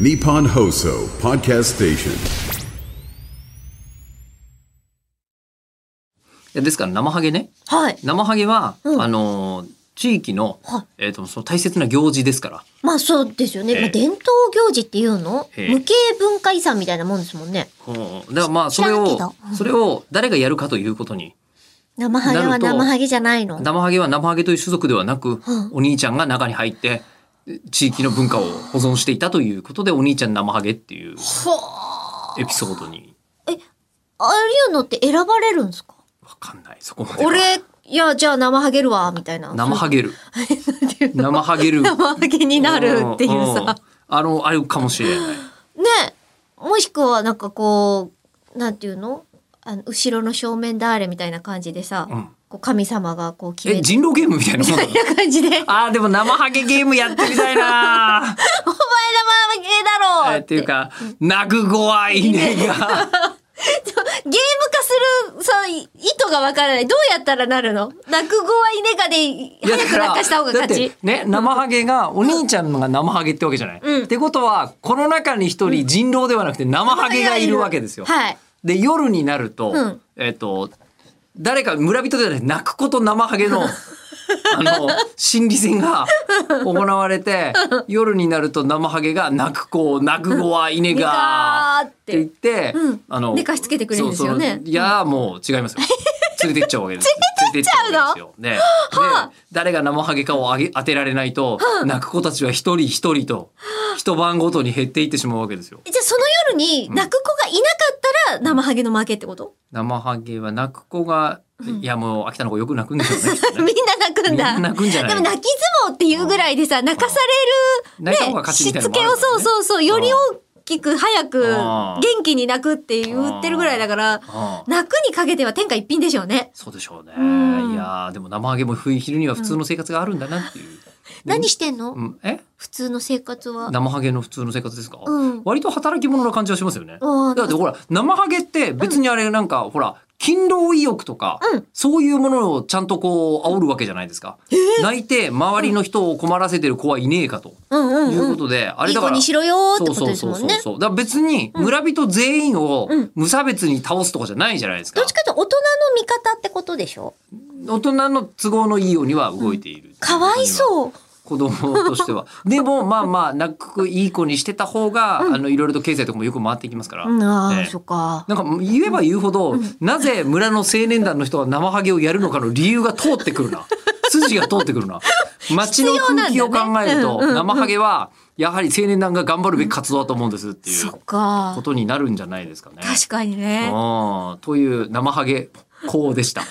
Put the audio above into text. Nippon Hoso Podcast Station. でですから生ハゲねはい。生ハゲは、うんあのー地域の,、はいえー、とその大切な行事ですからまあそうですよね。ええまあ、伝統行事っていうの、ええ無形文化遺産みたいなもんですもんね。うんだからまあそれ知をらんけどうんそれを誰がやるかということに生ハゲなはると生ハゲじゃないの。生ハゲは生ハゲという種族ではなく、うんお兄ちゃんが中に入って地域の文化を保存していたということでお兄ちゃん生ハゲっていうエピソードにああいうのって選ばれるんですかわかんないそこまでは俺、いや、じゃあ生ハゲるわ、みたいな。生ハゲ。 ゲるなんていうの生ハゲる生ハゲになるっていうんんさ。あのあるかもしれ ないねもしくはなんかこう、なんていうのあの後ろの正面だあれみたいな感じでさ、うんこう神様がこう決えめて。人狼ゲームみたいなもんなのみたいな 感じで、お前生ハあーでも生ハゲゲームやってみたい なゲだろえーっていうか泣く子はいねえがゲーム化する、そう、い意図がわからない。どうやったらなるの落語はイネガいやで、だ早くから落下した方が勝だっちて。ね生ハゲがお兄ちゃんのが生ハゲってわけじゃない、うんってことはこの中に一人人狼ではなくて生ハゲがいるわけですよ、はい。で夜になると、うんえっ、と誰か村人ではなく泣く子と生ハゲ のあの心理戦が行われて夜になると生ハゲが泣く子泣く子はいねがうんって言って、うんあの寝かしつけてくれるんですよねそうそういやーもう違 いますよ。連れてっちゃうわけです。連れてっちゃうのわけですよね、で誰が生ハゲかをあげ当てられないと、泣く子たちは一人一人と一晩ごとに減っていってしまうわけですよ。じゃあその夜に泣く子がいなかったら生ハゲの負けってこと、生ハゲは泣く子が、いやもう秋田の子よく泣くんでしょうねきっと みんね。な泣くんだ。みんな泣くんじゃないでも泣き相撲っていうぐらいでさ、泣かされる、泣いた方がね、勝ちみしたいなのつもあけるからをねそうそうそう、より大きく早くあ元ー気に泣くって言ってるぐらいだから、ああ泣くにかけては天下一品でしょうね。そうでしょうね。んいやーでも生ハゲも昼には普通の生活があるんだなっていう。何してんの、うん、え普通の生活は。生ハゲの普通の生活ですか、うん割と働き者な感じはしますよね。あーだってほら生ハゲって別にあれなんか、ほら勤労意欲とか、うんそういうものをちゃんとこう煽るわけじゃないですか。泣いて周りの人を困らせてる子はいねえかと。うんうんうん。いうことで、あれだかいらい子にしろよーそってうこそとうですそうもそんうね。そう。だから別に村人全員をうん無差別に倒すとかじゃないじゃないですかどっち。かというと大人の味方ってことでしょ大人の都合のいいようには動いている。かわいそう。子供として は。でもまあまあ泣くいい子にしてた方が、あのいろいろと経済とかもよく回っていきますから。うん、ああ、ええそっか。なんか言えば言うほど、なぜ村の青年団の人は生ハゲをやるのかの理由が通ってくるな。筋が通ってくるな。街の空気を考えると、生ハゲはやはり青年団が頑張るべき活動だと思うんですっていそうっかこ。とになるんじゃないですかね。確かにね。あーという生ハゲこうでした。